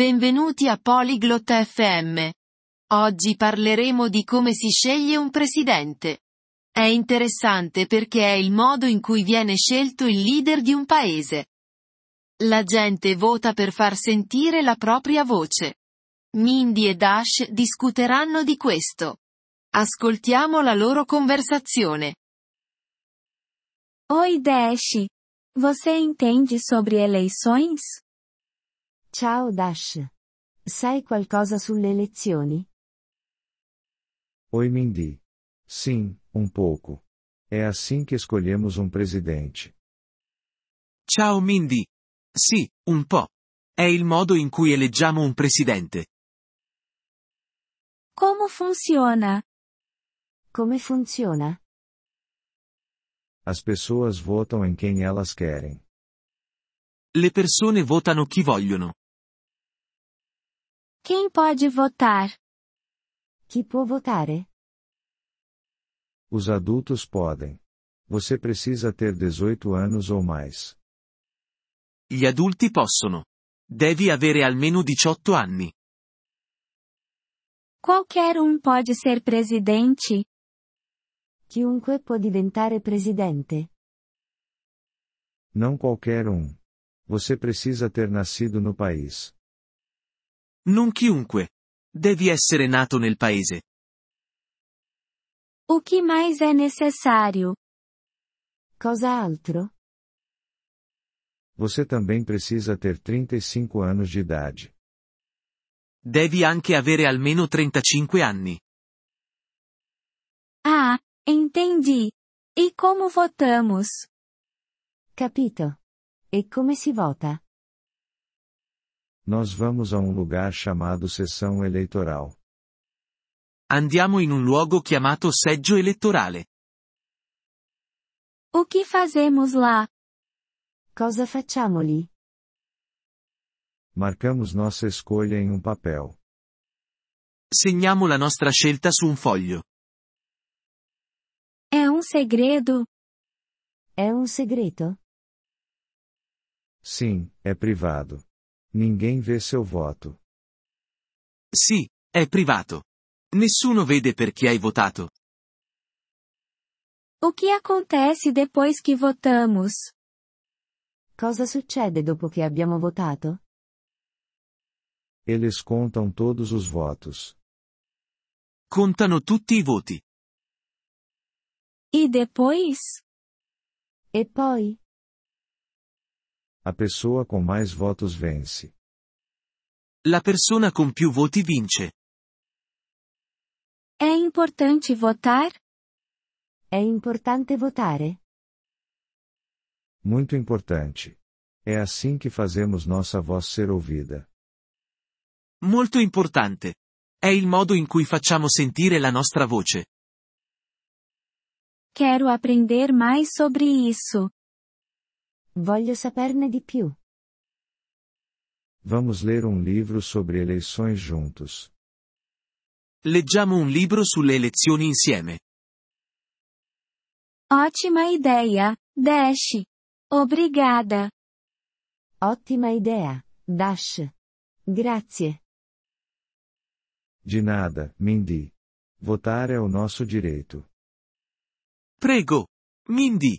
Benvenuti a Polyglot FM. Oggi parleremo di come si sceglie un presidente. È interessante perché è il modo in cui viene scelto il leader di un paese. La gente vota per far sentire la propria voce. Mindy e Dash discuteranno di questo. Ascoltiamo la loro conversazione. Oi, Dash. Você entende sobre eleições? Ciao Dash. Sai qualcosa sulle elezioni? Oi Mindy. Sim, um pouco. É assim que escolhemos um presidente. Ciao Mindy. Sì, un po'. È il modo in cui eleggiamo un presidente. Como funciona? Come funziona? As pessoas votam em quem elas querem. Le persone votano chi vogliono. Quem pode votar? Chi può votare? Os adultos podem. Você precisa ter 18 anos ou mais. Gli adulti possono. Devi avere almeno 18 anni. Qualquer um pode ser presidente? Chiunque può diventare presidente. Não qualquer um. Você precisa ter nascido no país. Non chiunque. Devi essere nato nel paese. O que mais é necessário? Cosa altro? Você também precisa ter 35 anos de idade. Devi anche avere almeno 35 anni. Ah, entendi. E como votamos? Capito? E come si vota? Nós vamos a um lugar chamado sessão eleitoral. Andiamo in un luogo chiamato seggio elettorale. O que fazemos lá? Cosa facciamo lì? Marcamos nossa escolha em um papel. Segniamo la nostra scelta su un foglio. É um segredo? È un segreto? Sim, é privado. Ninguém vê seu voto. Sì, è privato. Nessuno vede per chi hai votato. O que acontece depois que votamos? Cosa succede dopo che abbiamo votato? Eles contam todos os votos. Contano tutti i voti. E depois? E poi? A pessoa com mais votos vence. La persona con più voti vince. É importante votar? È importante votare? Muito importante. É assim que fazemos nossa voz ser ouvida. Molto importante. È il modo in cui facciamo sentire la nostra voce. Quero aprender mais sobre isso. Voglio saperne di più. Vamos ler um livro sobre eleições juntos. Leggiamo un libro sulle elezioni insieme. Ótima ideia, Dash. Obrigada. Ottima idea, Dash. Grazie. De nada, Mindy. Votar é o nosso direito. Prego. Mindy.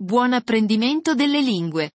buon apprendimento delle lingue.